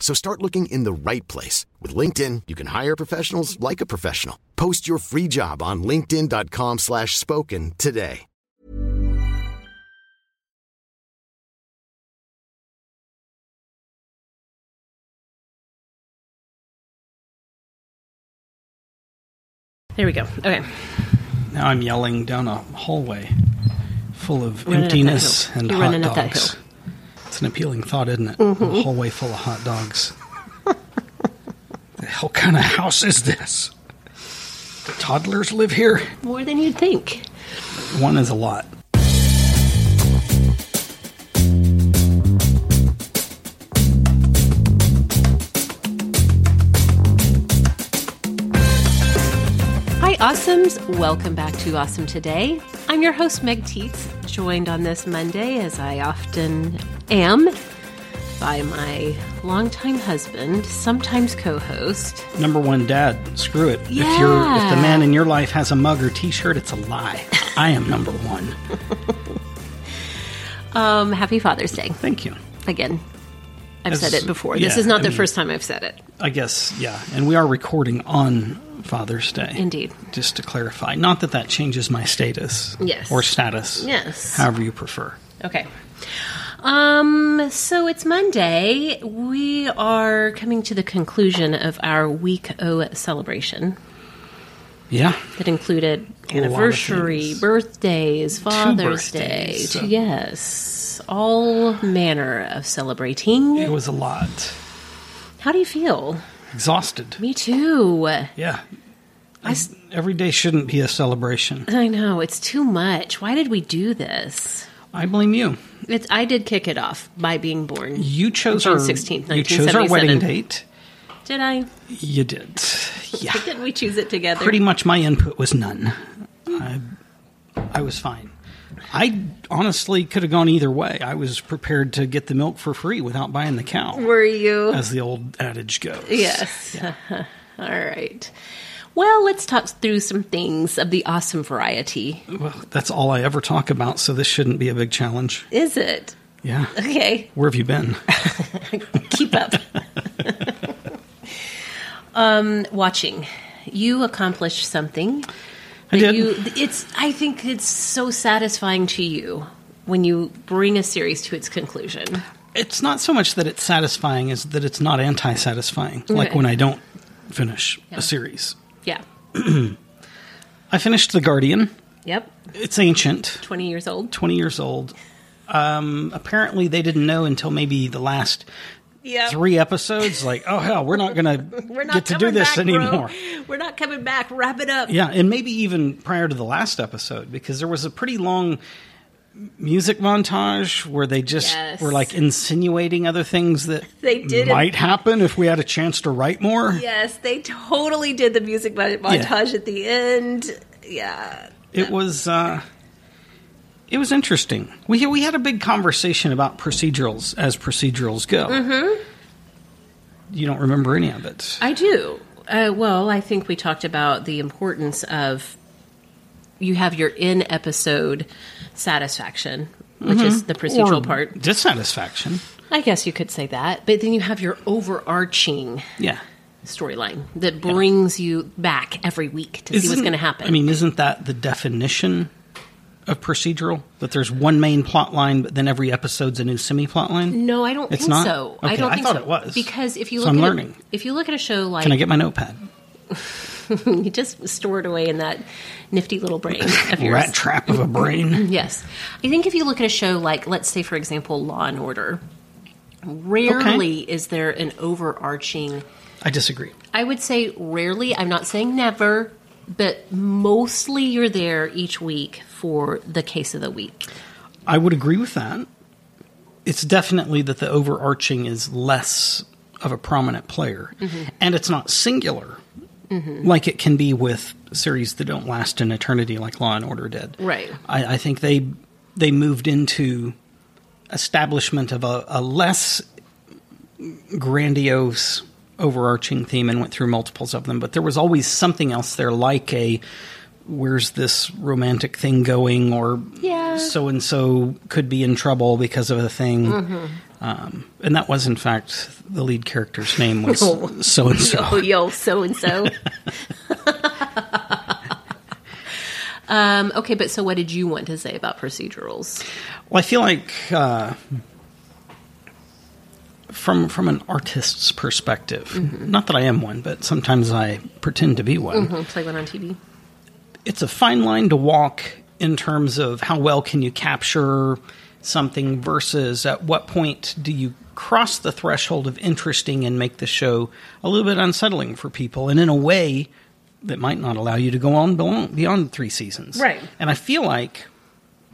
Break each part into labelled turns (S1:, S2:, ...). S1: So start looking in the right place. With LinkedIn, you can hire professionals like a professional. Post your free job on linkedin.com/spoken slash spoken today.
S2: There we go. Okay.
S3: Now I'm yelling down a hallway full of
S2: Running up that
S3: emptiness
S2: hill.
S3: and
S2: You're
S3: hot
S2: running up that
S3: dogs.
S2: hill. Mm-hmm.
S3: It's an appealing thought, isn't it? A hallway full of hot dogs. the hell kind of house is this? Toddlers live here?
S2: More than you'd think.
S3: One is a lot.
S2: Hi, Awesomes. Welcome back to Awesome Today. I'm your host, Meg Teets, joined on this Monday, as I often am, by my longtime husband, sometimes co host.
S3: Number one, dad, screw it. If you're if the
S2: Yeah.
S3: man in your life has a mug or t shirt, it's a lie. I am number one.
S2: Um, happy Father's Day.
S3: Thank you.
S2: Again, I've
S3: As-
S2: said it before. this
S3: yeah,
S2: is not
S3: I
S2: the
S3: mean-
S2: first time I've said it.
S3: I guess, yeah. And we are recording on Father's Day.
S2: Indeed.
S3: Just to clarify. Not that that changes my status.
S2: Yes.
S3: Or status.
S2: Yes.
S3: However you prefer.
S2: Okay. Um, so it's Monday. We are coming to the conclusion of our week O celebration
S3: Yeah.
S2: that included
S3: lot of
S2: anniversary,
S3: Oh, things.
S2: birthdays, Father's Day.
S3: birthdays.
S2: two- yes. All manner of celebrating.
S3: It was a lot.
S2: How do you feel?
S3: Exhausted.
S2: Me too.
S3: Yeah.
S2: I, s-
S3: Every day shouldn't be a celebration.
S2: I know, it's too much. Why did we do this?
S3: I blame you.
S2: It's, I did kick it off by being born.
S3: You chose
S2: June
S3: our
S2: 16th,
S3: You chose our wedding
S2: 1977.
S3: date.
S2: Did I?
S3: You did. Yeah.
S2: Didn't we choose it together?
S3: Pretty much my input was none. I, I was fine. I honestly could have gone either way. I was prepared to get the milk for free without buying the cow.
S2: Were you?
S3: as the old adage goes.
S2: Yes. All right. Well, let's talk through some things of the awesome variety.
S3: Well, that's all I ever talk about, so this shouldn't be a big challenge.
S2: Is it?
S3: Yeah.
S2: Okay,
S3: Where have you been?
S2: keep up. um, watching. You accomplished something.
S3: I
S2: that
S3: did.
S2: You, it's. I think it's so satisfying to you when you bring a series to its conclusion.
S3: It's not so much that it's satisfying as that it's not anti satisfying, like
S2: Okay.
S3: when I don't finish
S2: Yeah.
S3: a series.
S2: Yeah.
S3: I finished The Guardian.
S2: Yep.
S3: It's ancient,
S2: Twenty years old.
S3: 20 years old. Um, apparently, they didn't know until maybe the last
S2: Yeah.
S3: three episodes, like, oh, hell, we're not going
S2: We're
S3: to
S2: not
S3: get to do
S2: coming
S3: this
S2: back, bro.
S3: anymore.
S2: We're not coming back. Wrap it up.
S3: Yeah, and maybe even prior to the last episode, because there was a pretty long music montage where they just
S2: Yes.
S3: were like insinuating other things that
S2: They did
S3: might happen if we had a chance to write more.
S2: Yes, they totally did the music mon- montage at the end. Yeah.
S3: It was uh, it was interesting. We we had a big conversation about procedurals as procedurals go. Mm-hmm. You don't remember any of it.
S2: I do. Uh, well, I think we talked about the importance of you have your in episode satisfaction, which
S3: Mm-hmm.
S2: is the procedural
S3: Or
S2: part.
S3: Dissatisfaction.
S2: I guess you could say that. But then you have your overarching
S3: Yeah.
S2: storyline that brings you back every week to see what's
S3: Isn't-
S2: going to happen.
S3: I mean, isn't that the definition of procedural? That there's one main plot line, but then every episode's a new semi plot line?
S2: no, I don't
S3: It's
S2: think
S3: not?
S2: so. I
S3: Okay,
S2: don't
S3: I
S2: think
S3: thought
S2: so.
S3: it was.
S2: because if you
S3: So
S2: look
S3: I'm
S2: at a-
S3: learning.
S2: if you look at a show like
S3: Can I get my notepad?
S2: you just store it away in that nifty little brain of yours.
S3: Rat trap of a brain.
S2: Yes. I think if you look at a show like, let's say, for example, Law and Order, rarely is there an overarching,
S3: I disagree.
S2: I would say rarely, I'm not saying never, but mostly you're there each week for the case of the week.
S3: I would agree with that. It's definitely that the overarching is less of a prominent player,
S2: Mm-hmm.
S3: and it's not singular like it can be with series that don't last an eternity, like Law and Order did.
S2: Right.
S3: I, I think they they moved into establishment of a, a less grandiose overarching theme and went through multiples of them, but there was always something else there, like a where's this romantic thing going, or
S2: Yeah.
S3: so and so could be in trouble because of a thing. Um, and that was, in fact, the lead character's name was so and so.
S2: Oh, yo, so and so. Um, okay, but so what did you want to say about procedurals?
S3: Well, I feel like uh, from from an artist's perspective, not that I am one, but sometimes I pretend to be one.
S2: Mhm, Play one on TV.
S3: It's a fine line to walk in terms of how well can you capture something versus at what point do you cross the threshold of interesting and make the show a little bit unsettling for people and in a way that might not allow you to go on beyond, beyond three seasons.
S2: Right.
S3: And I feel like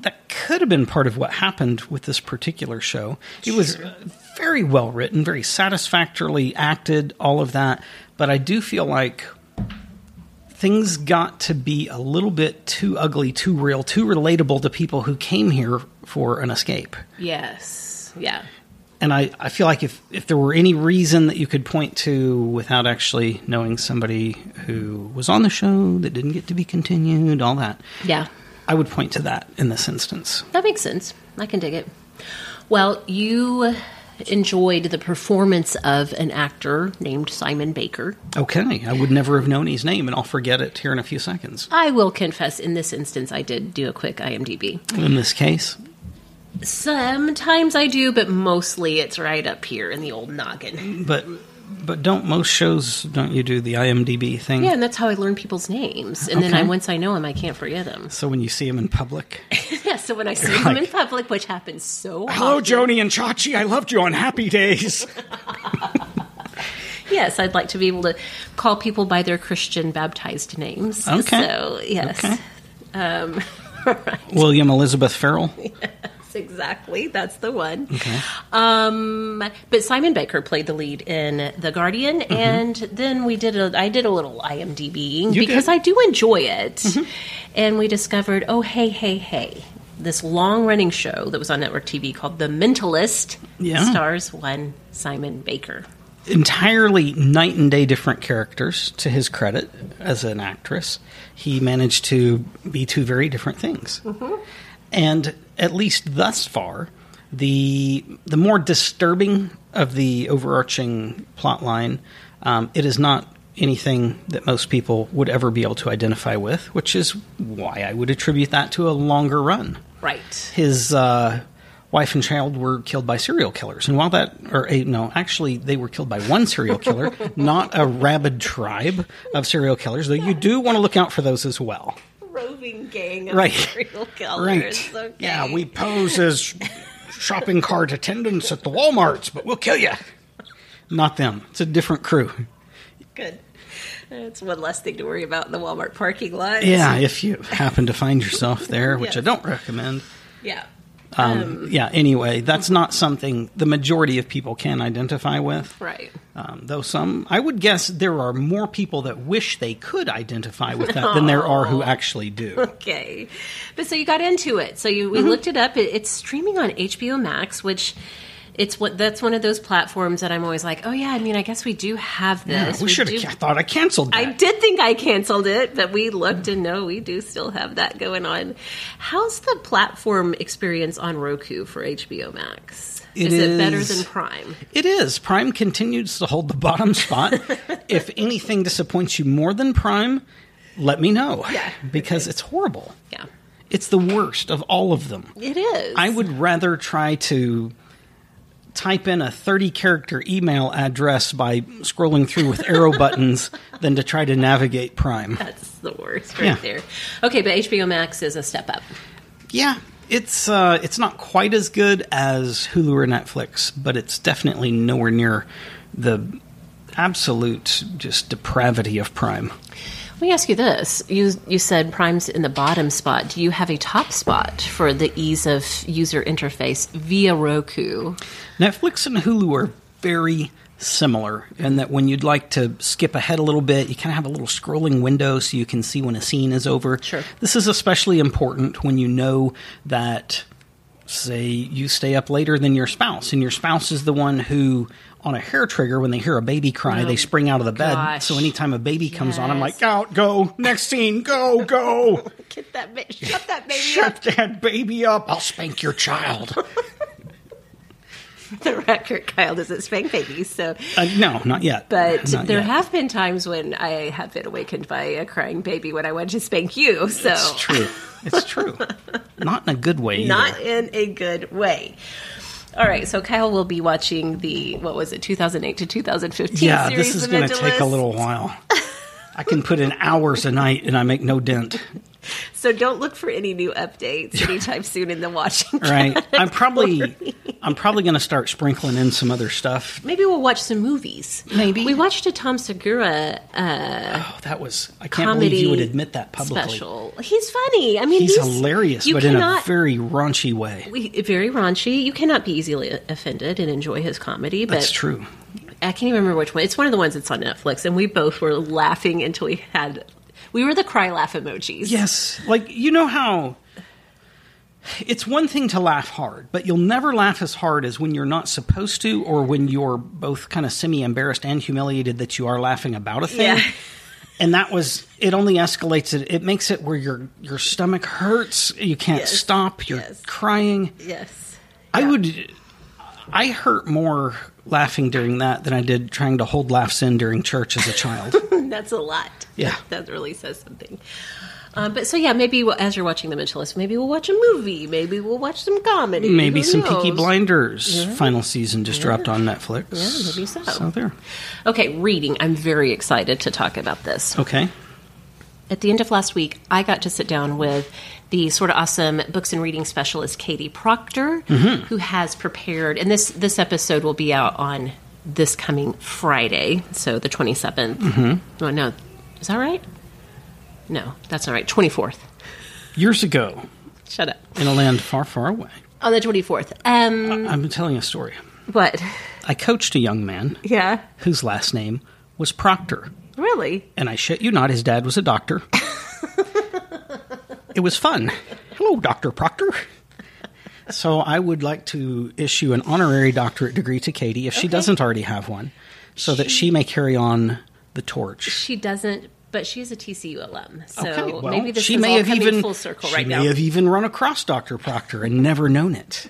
S3: that could have been part of what happened with this particular show. It was uh, very well written, very satisfactorily acted, all of that. But I do feel like things got to be a little bit too ugly, too real, too relatable to people who came here for an escape.
S2: Yes. Yeah.
S3: And I, I feel like if, if there were any reason that you could point to without actually knowing somebody who was on the show that didn't get to be continued, all that,
S2: Yeah.
S3: I would point to that in this instance.
S2: That makes sense. I can dig it. Well, you enjoyed the performance of an actor named Simon Baker.
S3: Okay, I would never have known his name, and I'll forget it here in a few seconds.
S2: I will confess, in this instance, I did do a quick IMDb.
S3: In this case,
S2: Sometimes I do, but mostly it's right up here in the old noggin.
S3: but but don't most shows don't you do the IMDb thing?
S2: Yeah, and that's how I learn people's names. And then I,
S3: Okay.
S2: once I know them, I can't forget them.
S3: So when you see him in public,
S2: yeah, so when I see them in public, which happens so
S3: hello,
S2: often-
S3: Joni and Chachi, I loved you on Happy Days.
S2: Yes, I'd like to be able to call people by their Christian baptized names.
S3: Okay.
S2: So, yes.
S3: Okay.
S2: Um,
S3: William Elizabeth Farrell.
S2: exactly. That's the one.
S3: Okay.
S2: Um, but Simon Baker played the lead in The Guardian, and then we did a I did a little IMDb
S3: Mm-hmm. You
S2: because
S3: did. Mm-hmm.
S2: I do enjoy it, and we discovered oh hey hey hey this long running show that was on network TV called The Mentalist
S3: Yeah.
S2: stars one Simon Baker.
S3: entirely night and day different characters to his credit as an actress he managed to be two very different things and at least thus far the the more disturbing of the overarching plot line um, it is not anything that most people would ever be able to identify with which is why i would attribute that to a longer run
S2: Right.
S3: his uh, wife and child were killed by serial killers. And while that, or eh, no, actually, they were killed by one serial killer, not a rabid tribe of serial killers, though you do want to look out for those as well.
S2: Roving gang of
S3: Right.
S2: serial killers.
S3: Right.
S2: Okay.
S3: Yeah, we pose as shopping cart attendants at the Walmarts, but we'll kill you. Not them. It's a different crew.
S2: good. That's one less thing to worry about in the Walmart parking lot.
S3: Yeah, if you happen to find yourself there, which I
S2: Yes.
S3: don't recommend.
S2: Yeah.
S3: Um, yeah, anyway, that's not something the majority of people can identify with.
S2: Right.
S3: Um, though some, I would guess there are more people that wish they could identify with that than there are who actually do.
S2: Okay.
S3: Mm-hmm.
S2: But so you got into it. So you we looked it up. It, it's streaming on HBO Max, which it's what that's one of those platforms that I'm always like, oh yeah, I mean, I guess we do have
S3: Yeah,
S2: this.
S3: we should
S2: do-
S3: have. I thought I canceled that.
S2: I did think I canceled it, but we looked and no, we do still have that going on. How's the platform experience on Roku for HBO Max?
S3: It
S2: is it better
S3: is-
S2: than Prime?
S3: It is. Prime continues to hold the bottom spot. if anything disappoints you more than Prime, let me know.
S2: Yeah.
S3: Because it's horrible.
S2: Yeah,
S3: It's the worst of all of them.
S2: it is.
S3: I would rather try to type in a 30 character email address by scrolling through with arrow buttons than to try to navigate Prime.
S2: That's the worst right
S3: Yeah.
S2: there. Okay, but HBO Max is a step up.
S3: Yeah. It's uh, it's not quite as good as Hulu or Netflix, but it's definitely nowhere near the absolute just depravity of Prime.
S2: Let me ask you this: you you said Prime's in the bottom spot. Do you have a top spot for the ease of user interface via Roku?
S3: Netflix and Hulu are very similar in that when you'd like to skip ahead a little bit, you kind of have a little scrolling window so you can see when a scene is over.
S2: Sure.
S3: This is especially important when you know that, say, you stay up later than your spouse, and your spouse is the one who. On a hair trigger, when they hear a baby cry, they spring out of the bed.
S2: Oh, gosh.
S3: So anytime a baby comes on, I'm
S2: Yes.
S3: like, out, go, next scene, go, go.
S2: Get that ba- shut that baby
S3: Shut that baby up. I'll spank your child.
S2: up. The record, Kyle doesn't spank babies, so.
S3: Uh, no, not yet.
S2: But
S3: Not
S2: there
S3: yet.
S2: have been times when I have been awakened by a crying baby when I wanted to spank you. So
S3: It's true. It's true. Not in a good way. either.
S2: Oh. not in a good way. All right, so Kyle will be watching the what was it, 2008 to 2015
S3: yeah,
S2: series.
S3: this is
S2: The
S3: going to take a
S2: Mentalist.
S3: little while. I can put in hours a night and I make no dent.
S2: So don't look for any new updates anytime soon in the watching.
S3: Right? I'm probably I'm probably going to start sprinkling in some other stuff.
S2: Maybe we'll watch some movies.
S3: Maybe.
S2: we watched a Tom Segura
S3: Oh, that was I can't
S2: comedy.
S3: believe you would admit that publicly.
S2: Special. He's funny. I mean,
S3: He's hilarious,
S2: you
S3: but in a
S2: cannot-
S3: very raunchy way.
S2: we- very raunchy. You cannot be easily offended and enjoy his comedy. But
S3: That's true.
S2: I can't even remember which one. It's one of the ones that's on Netflix, and we both were laughing until we had. We were the cry laugh emojis.
S3: Yes. Like, you know how it's one thing to laugh hard, but you'll never laugh as hard as when you're not supposed to or when you're both kind of semi embarrassed and humiliated that you are laughing about a thing.
S2: Yeah.
S3: And that was it only escalates it. It makes it where your your stomach hurts, you can't
S2: Yes.
S3: stop, you're
S2: Yes.
S3: crying.
S2: Yes.
S3: I would I hurt more laughing during that than I did trying to hold laughs in during church as a child.
S2: That's a lot.
S3: Yeah.
S2: That really says something. Um, but so yeah, maybe we'll, as you're watching The Mentalist, maybe we'll watch a movie. Maybe we'll watch some comedy.
S3: Maybe
S2: who
S3: some Peaky
S2: knows?
S3: Blinders final season just dropped on Netflix.
S2: Yeah, maybe so.
S3: So there.
S2: Okay, reading. I'm very excited to talk about this.
S3: Okay.
S2: At the end of last week, I got to sit down with the sort of awesome books and reading specialist Katie Proctor,
S3: Mm-hmm.
S2: who has prepared, and this this episode will be out on this coming Friday, so the 27th. Mm-hmm. Oh, no, is that right? No, that's not right. 24th.
S3: Years ago,
S2: Shut up.
S3: in a land far, far away,
S2: On the 24th. Um,
S3: I'm telling a story.
S2: what?
S3: I coached a young man
S2: Yeah.
S3: whose last name was Proctor.
S2: Really?
S3: And I shit you not, his dad was a doctor. it was fun. Hello, Dr. Proctor. So I would like to issue an honorary doctorate degree to Katie if she doesn't already have one, so that she may carry on the torch.
S2: She doesn't, but she is a TCU alum. So
S3: Okay, well,
S2: maybe this
S3: she
S2: is
S3: may
S2: all
S3: have
S2: coming
S3: even
S2: full circle
S3: she
S2: right
S3: may
S2: now.
S3: have even run across Doctor Proctor and never known it.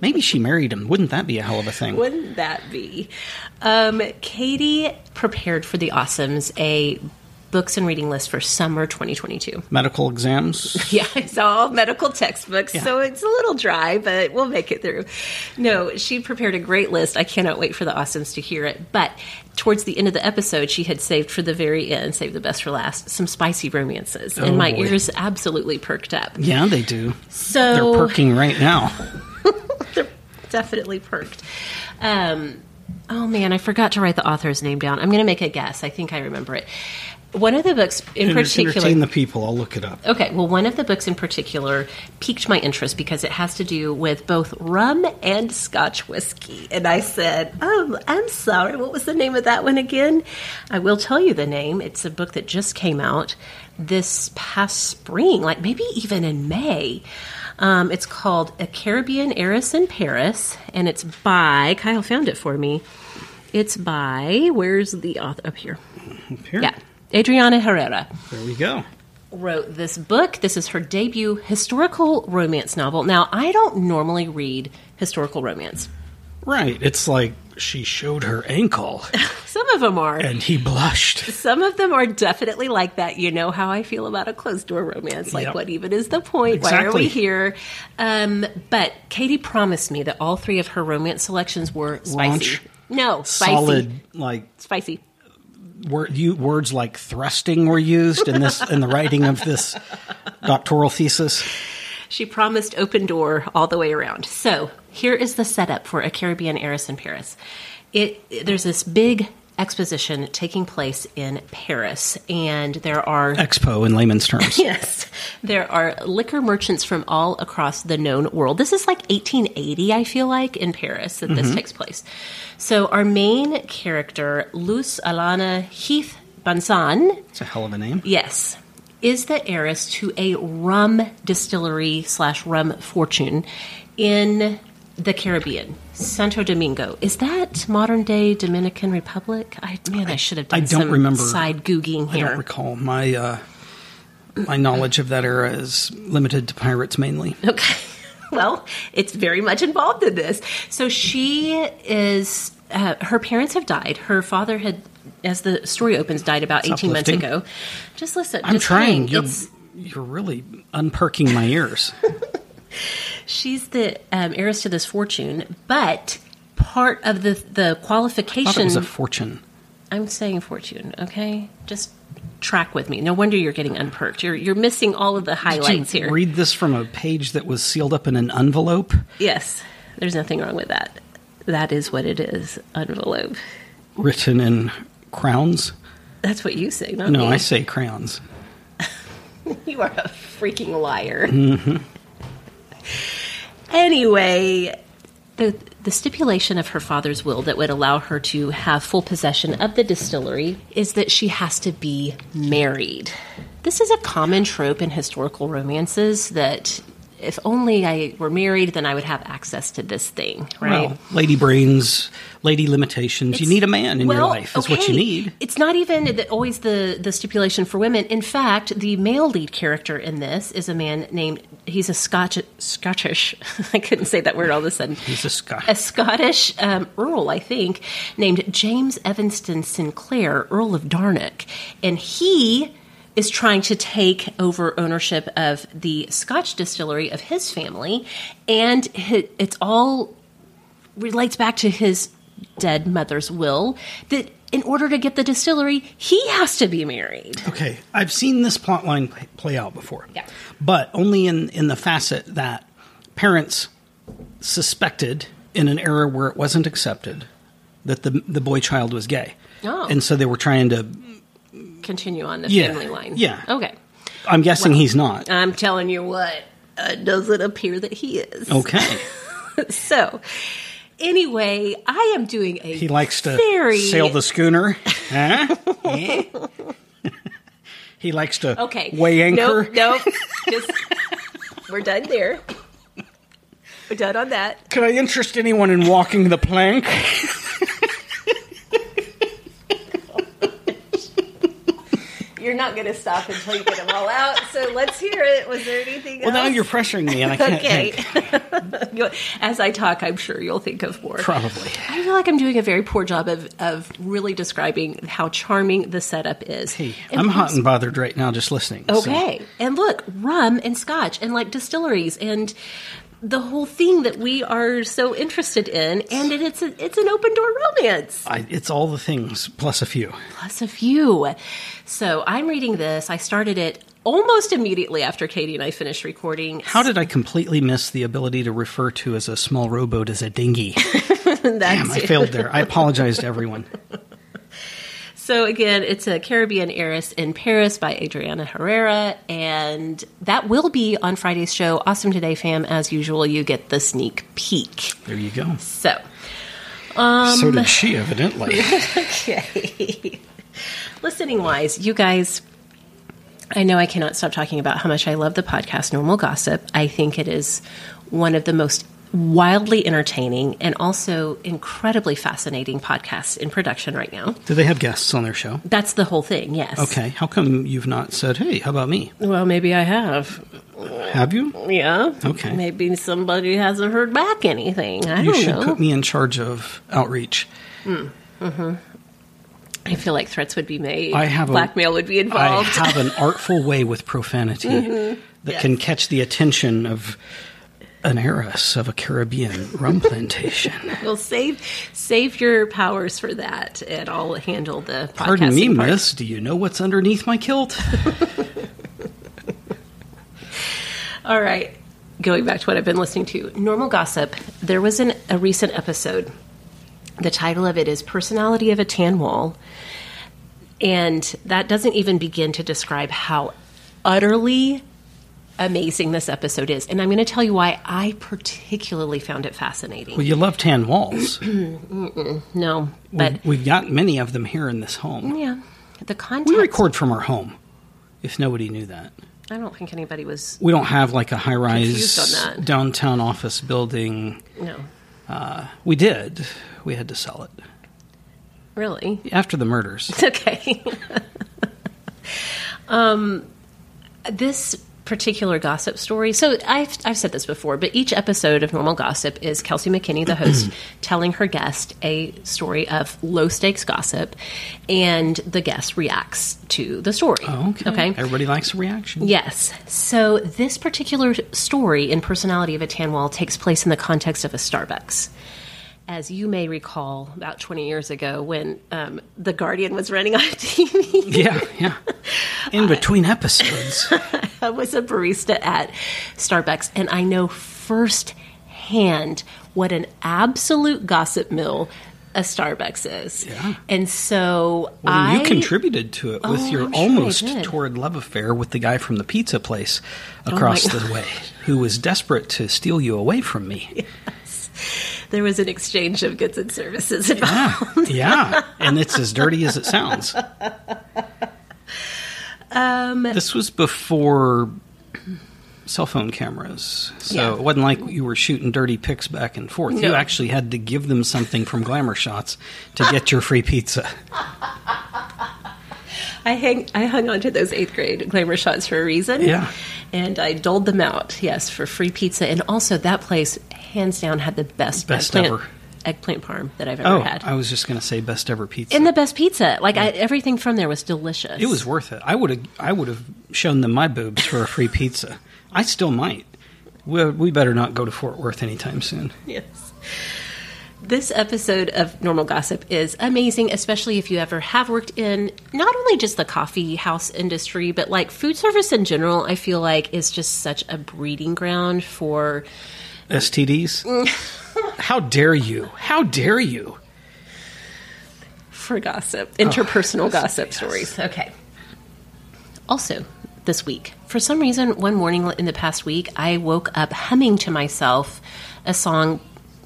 S3: Maybe she married him. Wouldn't that be a hell of a thing?
S2: Wouldn't that be? Um, Katie prepared for the Awesomes a books and reading list for summer 2022.
S3: Medical exams.
S2: Yeah, it's all medical textbooks,
S3: Yeah.
S2: so it's a little dry, but we'll make it through. No, she prepared a great list. I cannot wait for the Awesomes to hear it. But towards the end of the episode, she had saved for the very end, saved the best for last, some spicy romances. and my
S3: Oh, boy.
S2: ears absolutely perked up.
S3: Yeah, they do.
S2: So
S3: They're perking right now.
S2: definitely perked. Um, oh man, I forgot to write the author's name down. I'm going to make a guess. I think I remember it. One of the books in particular.
S3: Entertain the people. I'll look it up.
S2: okay, well, one of the books in particular piqued my interest because it has to do with both rum and Scotch whiskey. And I said, "Oh, I'm sorry. What was the name of that one again?" I will tell you the name. It's a book that just came out this past spring, like maybe even in May. Um, it's called A Caribbean Heiress in Paris, and it's by Kyle found it for me. It's by where's the author up here?
S3: Here.
S2: Yeah, Adriana Herrera
S3: There we go.
S2: wrote this book. This is her debut historical romance novel. Now, I don't normally read historical romance.
S3: Right. It's like she showed her ankle
S2: Some of them are.
S3: and he blushed.
S2: Some of them are definitely like that. You know how I feel about a closed door romance. Like,
S3: Yep.
S2: what even is the point? Why are
S3: Exactly.
S2: we here? Um, but Katie promised me that all three of her romance selections were spicy.
S3: Launch.
S2: No, spicy.
S3: Solid like
S2: Spicy.
S3: word, you, words like thrusting were used in this in the writing of this doctoral thesis.
S2: She promised open door all the way around. So here is the setup for a Caribbean heiress in Paris. It, it- there's this big exposition taking place in Paris, and there are
S3: Expo in layman's terms.
S2: yes, there are liquor merchants from all across the known world. This is like 1880, I feel like, in Paris that this takes place. So our main character, Luce Alana Heath Bansan,
S3: It's a hell of a name.
S2: Yes. Is the heiress to a rum distillery slash rum fortune in the Caribbean, Santo Domingo. Is that modern day Dominican Republic? I man, I, should have done
S3: I don't
S2: some
S3: remember.
S2: side googing
S3: I
S2: here.
S3: don't recall my uh, my knowledge of that era is limited to pirates mainly.
S2: Okay. Well, it's very much involved in this. So she is, uh, her parents have died. Her father had, as the story opens, died about 18 months
S3: uplifting.
S2: ago. Just listen.
S3: I'm
S2: just
S3: trying.
S2: hang.
S3: You're,
S2: It's-
S3: you're really unperking my ears.
S2: She's the um, heiress to this fortune, but part of the the
S3: I thought it
S2: qualification.
S3: was a fortune.
S2: I'm saying fortune, okay? Just track with me. No wonder you're getting unperked. You're you're missing all of the highlights
S3: Did you
S2: here.
S3: Read this from a page that was sealed up in an envelope.
S2: yes, there's nothing wrong with that. That is what it is. Envelope.
S3: written in crowns.
S2: That's what you say, not
S3: No,
S2: me.
S3: I say crayons.
S2: You are a freaking liar. Anyway, the the stipulation of her father's will that would allow her to have full possession of the distillery is that she has to be married. This is a common trope in historical romances that if only I were married, then I would have access to this thing, right?
S3: Well, lady brains, lady limitations. you
S2: It's-
S3: need a man in your
S2: well,
S3: life. Is what you
S2: okay.
S3: need.
S2: It's not even the, always the the stipulation for women. In fact, the male lead character in this is a man named he's a Scotch Scottish. I couldn't say that word all of a sudden.
S3: He's a Scot.
S2: A Scottish um, earl, I think, named James Evanston Sinclair, Earl of Darnock, and he is trying to take over ownership of the Scotch distillery of his family, and hi- it's all relates back to his dead mother's will that in order to get the distillery, he has to be married.
S3: Okay, I've seen this plot line pl- play out before.
S2: Yeah.
S3: But only in, in the facet that parents suspected in an era where it wasn't accepted that the the boy child was gay.
S2: Oh.
S3: And so they were trying to
S2: Continue on the
S3: Yeah,
S2: family line.
S3: yeah.
S2: Okay.
S3: I'm guessing he's not.
S2: I'm telling you what, it doesn't appear that he is.
S3: Okay.
S2: So, anyway, I am doing a.
S3: He likes to
S2: very
S3: sail the schooner. Huh? Eh? he likes to
S2: Okay.
S3: weigh anchor.
S2: Nope. nope. Just, we're done there. We're done on that.
S3: Could I interest anyone in walking the plank?
S2: You're not going to stop until you get them all out. So let's hear it. Was there anything
S3: Well, now
S2: else?
S3: you're pressuring me, and I can't
S2: Okay.
S3: think.
S2: You'll- As I talk, I'm sure you'll think of more.
S3: Probably.
S2: I feel like I'm doing a very poor job of, of really describing how charming the setup is.
S3: Hey,
S2: And
S3: I'm hot
S2: what's-
S3: and bothered right now just listening. so-
S2: Okay. And look, rum and scotch and like distilleries and the whole thing that we are so interested in and it, it's a, it's an open door romance
S3: I, it's all the things plus a few.
S2: plus a few so i'm reading this i started it almost immediately after katie and i finished recording
S3: How did I completely miss the ability to refer to as a small rowboat as a dinghy? Damn, I failed there. I apologize to everyone.
S2: So again, it's a Caribbean heiress in Paris by Adriana Herrera, and that will be on Friday's show. Awesome today, fam. As usual, you get the sneak peek.
S3: There you go.
S2: So Um,
S3: so did she, evidently.
S2: okay, listening wise, you guys, I know I cannot stop talking about how much I love the podcast Normal Gossip. I think it is one of the most wildly entertaining and also incredibly fascinating podcasts in production right now.
S3: Do they have guests on their show?
S2: That's the whole thing, yes.
S3: Okay. How come you've not said, hey, how about me?
S2: Well, maybe I have.
S3: Have you?
S2: Yeah.
S3: Okay.
S2: Maybe somebody hasn't heard back anything. I
S3: You
S2: don't
S3: should
S2: know.
S3: put me in charge of outreach.
S2: I feel like threats would be made.
S3: I have a-
S2: blackmail would be involved. Mm-hmm.
S3: I have an artful way with profanity that can catch the attention of an heiress of a Caribbean rum plantation.
S2: Well, save save your powers for that, and I'll handle the.
S3: Pardon me,
S2: podcasting part.
S3: miss. Do you know what's underneath my kilt?
S2: All right, going back to what I've been listening to, normal gossip. There was an, a recent episode. The title of it is "Personality of a Tan Wall," and that doesn't even begin to describe how utterly amazing this episode is. And I'm going to tell you why I particularly found it fascinating.
S3: well, you love tan walls.
S2: no, but
S3: We've got many of them here in this home.
S2: yeah, the context.
S3: We record from our home, if nobody knew that.
S2: I don't think anybody was.
S3: We don't have like a high
S2: Confused
S3: rise
S2: on that.
S3: downtown office building. Uh,
S2: No,
S3: We did. We had to sell it
S2: really.
S3: after the murders.
S2: okay. um, this particular gossip story. So I've I've said this before, but each episode of Normal Gossip is Kelsey McKinney, the host, telling her guest a story of low stakes gossip, and the guest reacts to the story.
S3: Oh, Okay.
S2: Okay.
S3: Everybody likes a reaction.
S2: Yes. So this particular story in Personality of a Tan Wall takes place in the context of a Starbucks. As you may recall, about 20 years ago when um, The Guardian was running on TV,
S3: Yeah, yeah. In between episodes.
S2: I was a barista at Starbucks, and I know firsthand what an absolute gossip mill a Starbucks is.
S3: Yeah.
S2: And so
S3: Well,
S2: I.
S3: you contributed to it with
S2: Oh,
S3: your
S2: I'm sure I
S3: almost
S2: did. Oh,
S3: torrid love affair with the guy from the pizza place across the way who was desperate to steal you away from me.
S2: there was an exchange of goods and services involved.
S3: yeah. And it's as dirty as it sounds. Um, this was before cell phone cameras. So
S2: Yeah.
S3: it wasn't like you were shooting dirty pics back and forth. You
S2: No.
S3: actually had to give them something from Glamour Shots to get your free pizza.
S2: I hang I hung on to those eighth grade glamour shots for a reason.
S3: Yeah.
S2: And I doled them out, yes, for free pizza. And also that place, hands down, had the best,
S3: Best
S2: eggplant,
S3: ever.
S2: eggplant parm that I've ever
S3: Oh,
S2: had.
S3: I was just going to say best ever pizza.
S2: and the best pizza. Like I, everything from there was delicious.
S3: It was worth it. I would have. I would have shown them my boobs for a free pizza. I still might. We, we better not go to Fort Worth anytime soon.
S2: yes. This episode of Normal Gossip is amazing, especially if you ever have worked in not only just the coffee house industry, but like food service in general, I feel like is just such a breeding ground for
S3: STDs. How dare you? How dare you?
S2: for gossip, interpersonal gossip stories. Oh, Okay. Also, this week, for some reason, one morning in the past week, I woke up humming to myself a song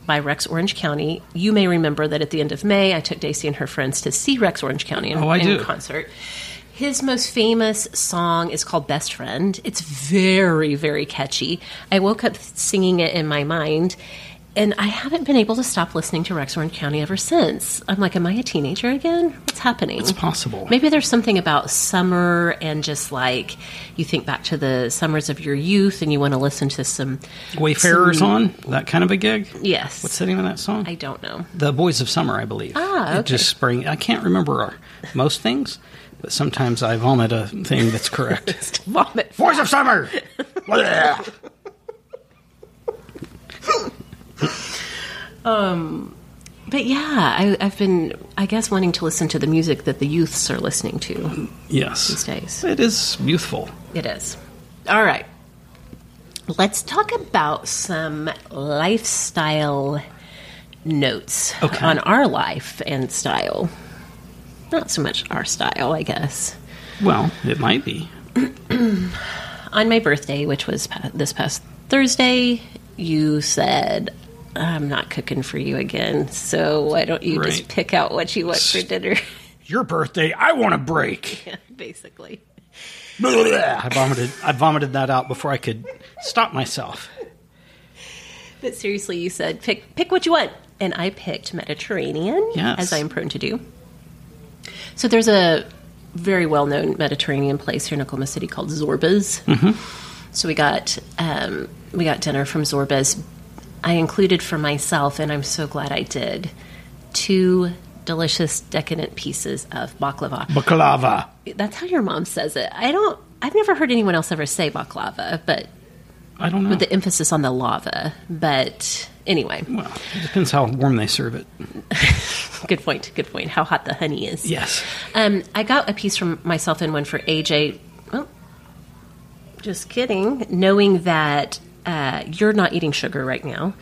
S2: by Rex Orange County. You may remember that at the end of May, I took Daisy and her friends to see Rex Orange County in,
S3: Oh, I
S2: in
S3: do.
S2: concert. His most famous song is called Best Friend. It's very, very catchy. I woke up singing it in my mind, and I haven't been able to stop listening to Rex Orange County ever since. I'm like, am I a teenager again? What's happening?
S3: It's possible.
S2: Maybe there's something about summer and just like you think back to the summers of your youth and you want to listen to some.
S3: Wayfarers on that kind of a gig.
S2: Yes.
S3: What's the name of that song?
S2: I don't know.
S3: the Boys of Summer, I believe.
S2: Ah,
S3: It just
S2: okay.
S3: spring. I can't remember our, most things, but sometimes I vomit a thing that's correct.
S2: Vomit.
S3: Boys of Summer. Blah.
S2: But yeah, I, I've been, I guess, wanting to listen to the music that the youths are listening to
S3: yes.
S2: these days.
S3: It is youthful.
S2: It is. All right. Let's talk about some lifestyle notes
S3: Okay.
S2: on our life and style. Not so much our style, I guess.
S3: Well, it might be.
S2: on my birthday, which was pa- this past Thursday, you said, I'm not cooking for you again. So why don't you
S3: Right.
S2: just pick out what you want for dinner?
S3: your birthday. I want a break.
S2: Basically.
S3: I vomited. I vomited that out before I could stop myself.
S2: But seriously, you said pick pick what you want, and I picked Mediterranean,
S3: Yes.
S2: as I am prone to do. So there's a very well known Mediterranean place here in Oklahoma City called Zorba's. So we got um, we got dinner from Zorba's. I included for myself, and I'm so glad I did, two delicious decadent pieces of baklava.
S3: Baklava.
S2: That's how your mom says it. I don't. I've never heard anyone else ever say baklava, but
S3: I don't know.
S2: the emphasis on the lava. But anyway,
S3: well, it depends how warm they serve it.
S2: good point. Good point. How hot the honey is.
S3: Yes.
S2: Um, I got a piece from myself and one for AJ. Well, just kidding. Knowing that uh, you're not eating sugar right now.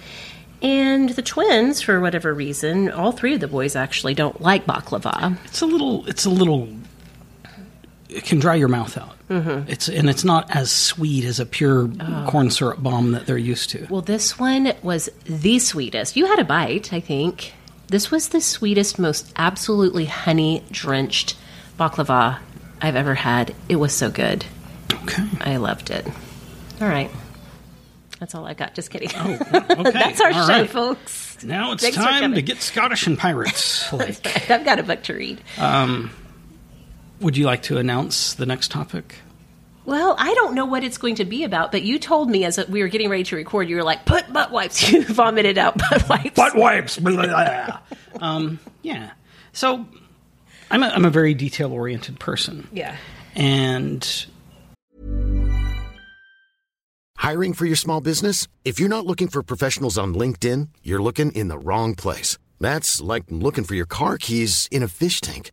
S2: And the twins, for whatever reason, all three of the boys actually don't like baklava.
S3: It's a little. It's a little. It can dry your mouth out. Mm-hmm. It's and it's not as sweet as a pure
S2: Oh.
S3: corn syrup bomb that they're used to.
S2: Well, this one was the sweetest. You had a bite, I think. This was the sweetest, most absolutely honey drenched baklava I've ever had. It was so good.
S3: Okay.
S2: I loved it. All right. That's all I got. Just kidding.
S3: Okay.
S2: That's our
S3: Oh, All
S2: show,
S3: right.
S2: folks.
S3: Now it's
S2: Thanks for
S3: time to
S2: coming.
S3: get Scottish and pirates. Like,
S2: I've got a book to read.
S3: would you like to announce the next topic?
S2: Well, I don't know what it's going to be about, but you told me as we were getting ready to record, you were like, put butt wipes. You vomited out butt wipes.
S3: butt wipes. Blah, blah. um, yeah. So I'm a, I'm a very detail oriented person,
S2: Yeah.
S3: and
S1: Hiring for your small business? If you're not looking for professionals on LinkedIn, you're looking in the wrong place. That's like looking for your car keys in a fish tank.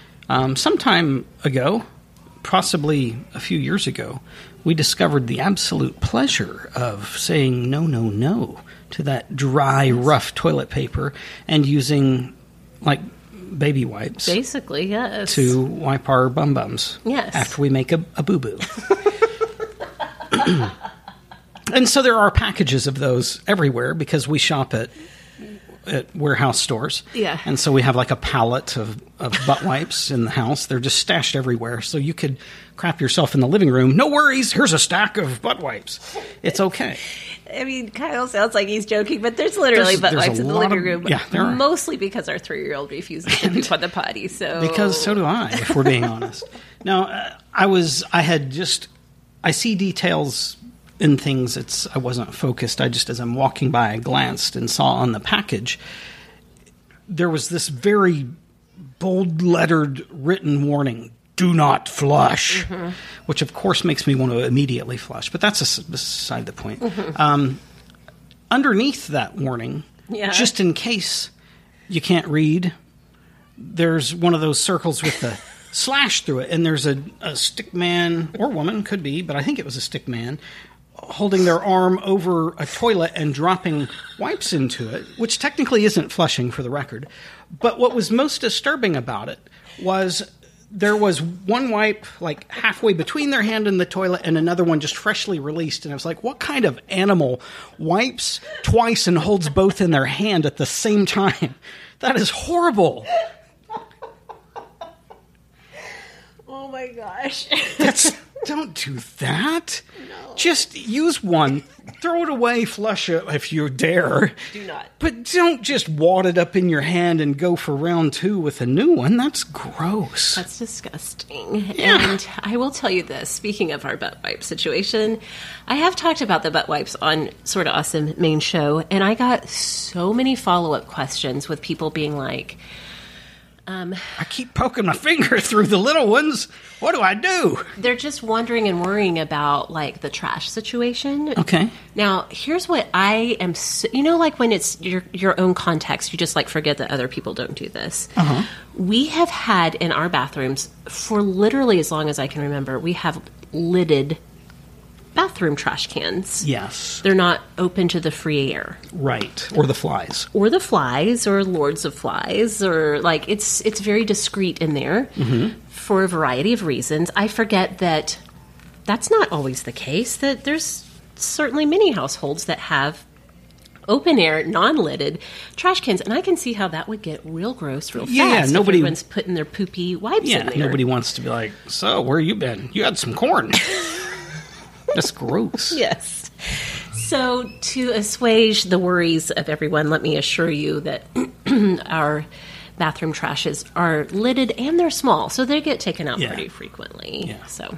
S3: Um, sometime ago, possibly a few years ago, we discovered the absolute pleasure of saying no, no, no to that dry, rough toilet paper and using like baby wipes.
S2: Basically, yes.
S3: to wipe our bum bums.
S2: Yes.
S3: After we make a, a boo boo. and so there are packages of those everywhere because we shop at at warehouse stores.
S2: Yeah.
S3: And so we have like a pallet of, of butt wipes in the house. They're just stashed everywhere. So you could crap yourself in the living room. No worries. Here's a stack of butt wipes. It's okay.
S2: I mean, Kyle sounds like he's joking, but there's literally
S3: There's-
S2: butt
S3: there's a
S2: wipes in the
S3: lot
S2: living
S3: of-
S2: room.
S3: yeah, there are.
S2: Mostly because our three year old refuses to poop on the potty. So
S3: because so do I. If we're being honest. Now, uh, I was. I had just. I see details in things. It's. I wasn't focused. I just, as I'm walking by, I glanced and saw on the package there was this very bold lettered written warning. Do not flush, which of course makes me want to immediately flush, but that's a s- beside the point. Um, underneath that warning,
S2: Yeah.
S3: just in case you can't read, there's one of those circles with the slash through it, and there's a, a stick man or woman, could be, but I think it was a stick man, holding their arm over a toilet and dropping wipes into it, which technically isn't flushing for the record. But what was most disturbing about it was there was one wipe like halfway between their hand and the toilet and another one just freshly released and i was like what kind of animal wipes twice and holds both in their hand at the same time that is horrible
S2: Oh my gosh.
S3: that's Don't do that. Just use one. Throw it away, flush it if you dare.
S2: Do not.
S3: But don't just wad it up in your hand and go for round two with a new one. That's gross.
S2: That's disgusting.
S3: Yeah.
S2: And I will tell you this speaking of our butt wipe situation, I have talked about the butt wipes on Sort of Awesome main show, and I got so many follow up questions with people being like,
S3: I keep poking my finger through the little ones. What do I do?
S2: they're just wondering and worrying about like the trash situation.
S3: Okay.
S2: Now, here's what I am. So, you know, like when it's your your own context, you just like forget that other people don't do this. We have had in our bathrooms for literally as long as I can remember, we have lidded bathroom trash cans.
S3: Yes.
S2: They're not open to the free air
S3: Right. Or the flies.
S2: or the flies or lords of flies or like it's it's very discreet in there
S3: Mm-hmm.
S2: for a variety of reasons i forget that that's not always the case that there's certainly many households that have open air non-lidded trash cans and i can see how that would get real gross real
S3: Yeah, yeah,
S2: fast if
S3: nobody-
S2: everyone's putting their poopy wipes in
S3: Yeah.
S2: there
S3: Nobody wants to be like, so where you been? You had some corn. That's gross.
S2: yes. So, to assuage the worries of everyone, let me assure you that our bathroom trashes are lidded and they're small, so they get taken out
S3: Yeah.
S2: pretty frequently.
S3: Yeah.
S2: So,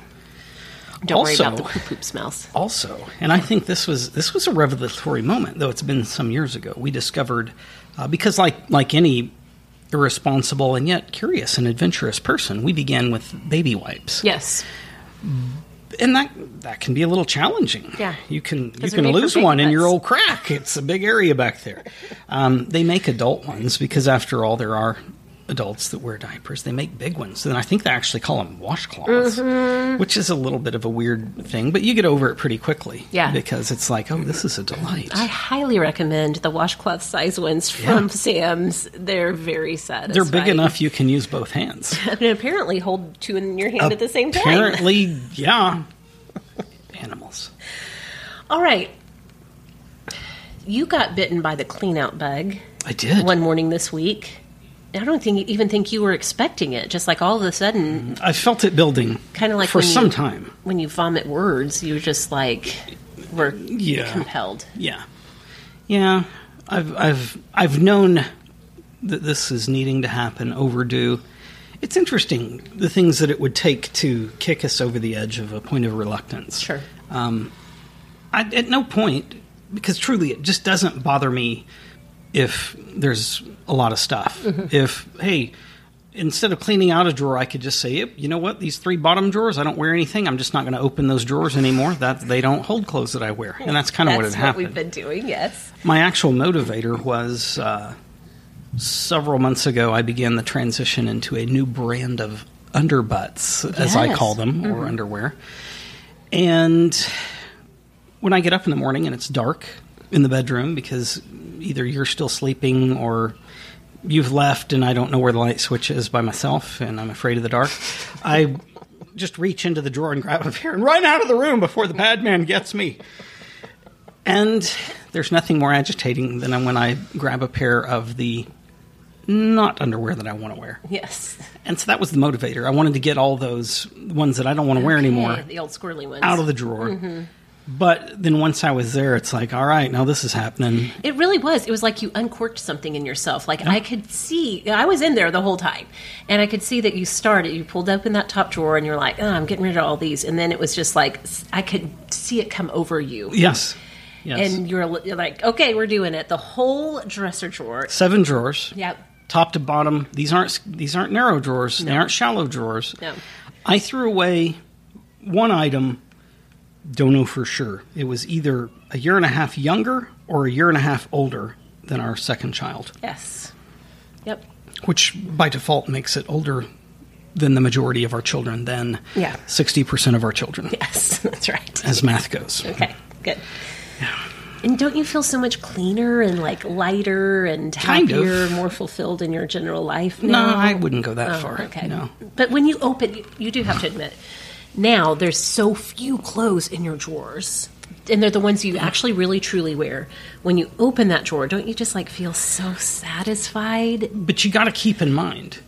S2: don't
S3: Also-
S2: worry about the poop poop smells.
S3: also, and I think this was this was a revelatory moment, though it's been some years ago. We discovered uh, because, like like any irresponsible and yet curious and adventurous person, we began with baby wipes,
S2: Yes.
S3: and that that can be a little challenging.
S2: Yeah.
S3: you can you
S2: Because they're
S3: can
S2: made for
S3: lose
S2: big
S3: one in your
S2: butts.
S3: old crack. It's a big area back there. Um, they make adult ones because, after all, there are. Adults that wear diapers, they make big ones. And I think they actually call them washcloths,
S2: Mm-hmm.
S3: which is a little bit of a weird thing, but you get over it pretty quickly
S2: Yeah.
S3: because it's like, oh, this is a delight.
S2: I highly recommend the washcloth size ones from Sam's. They're very satisfying.
S3: They're big enough you can use both hands.
S2: And apparently, hold two in your hand at the same time.
S3: Apparently, yeah. Animals.
S2: All right. You got bitten by the clean out bug.
S3: I did.
S2: one morning this week. I don't think even think you were expecting it. Just like all of a sudden,
S3: I felt it building
S2: Kinda like
S3: for
S2: when you-
S3: some time.
S2: when you vomit words, you just like were
S3: Yeah.
S2: compelled.
S3: Yeah, yeah. I've I've I've known that this is needing to happen, overdue. It's interesting the things that it would take to kick us over the edge of a point of reluctance.
S2: Sure.
S3: I, at no point, because truly, it just doesn't bother me if there's a lot of stuff.
S2: Mm-hmm.
S3: If hey, instead of cleaning out a drawer, I could just say, yep, you know what? These three bottom drawers, I don't wear anything. I'm just not going to open those drawers anymore. That they don't hold clothes that I wear, and that's kind of what had
S2: That's what
S3: happened
S2: we've been doing. Yes.
S3: my actual motivator was uh, several months ago i began the transition into a new brand of underbutts as i
S2: Yes.
S3: call them or underwear and when i get up in the morning and it's dark in the bedroom because either you're still sleeping or you've left and i don't know where the light switch is by myself and i'm afraid of the dark i just reach into the drawer and grab a pair and run out of the room before the bad man gets me and there's nothing more agitating than when I grab a pair of the not underwear that I want to wear.
S2: Yes.
S3: And so that was the motivator. I wanted to get all those ones that I don't want to wear anymore
S2: Okay, Mm-hmm. the old squirrely ones.
S3: out of the drawer. But then once I was there, it's like, all right, now this is happening.
S2: It really was. It was like you uncorked something in yourself. Like I could see, I was in there the whole time, and I could see that you started. You pulled open that top drawer, and you're like, "Oh, I'm getting rid of all these." And then it was just like s- I could see it come over you.
S3: Yes. Yes.
S2: and you're, li- you're like, okay, we're doing it. The whole dresser drawer.
S3: Seven drawers.
S2: Yep.
S3: Top to bottom. These aren't these aren't narrow drawers. They aren't shallow drawers.
S2: No.
S3: I threw away one item. Don't know for sure. It was either a year and a half younger or a year and a half older than our second child,
S2: Yes. Yep.
S3: which by default makes it older than the majority of our children. Than
S2: Yeah.
S3: sixty percent of our children,
S2: Yes, that's right.
S3: as math goes.
S2: Okay, good. And don't you feel so much cleaner and like lighter and
S3: Kind of.
S2: happier, more fulfilled in your general life?
S3: No,
S2: Now?
S3: I wouldn't go that
S2: Oh,
S3: far.
S2: Okay.
S3: No.
S2: But when you open, you, you do have to admit, now there's so few clothes in your drawers. And they're the ones you actually really truly wear. When you open that drawer, don't you just like feel so satisfied?
S3: But you got to keep in mind,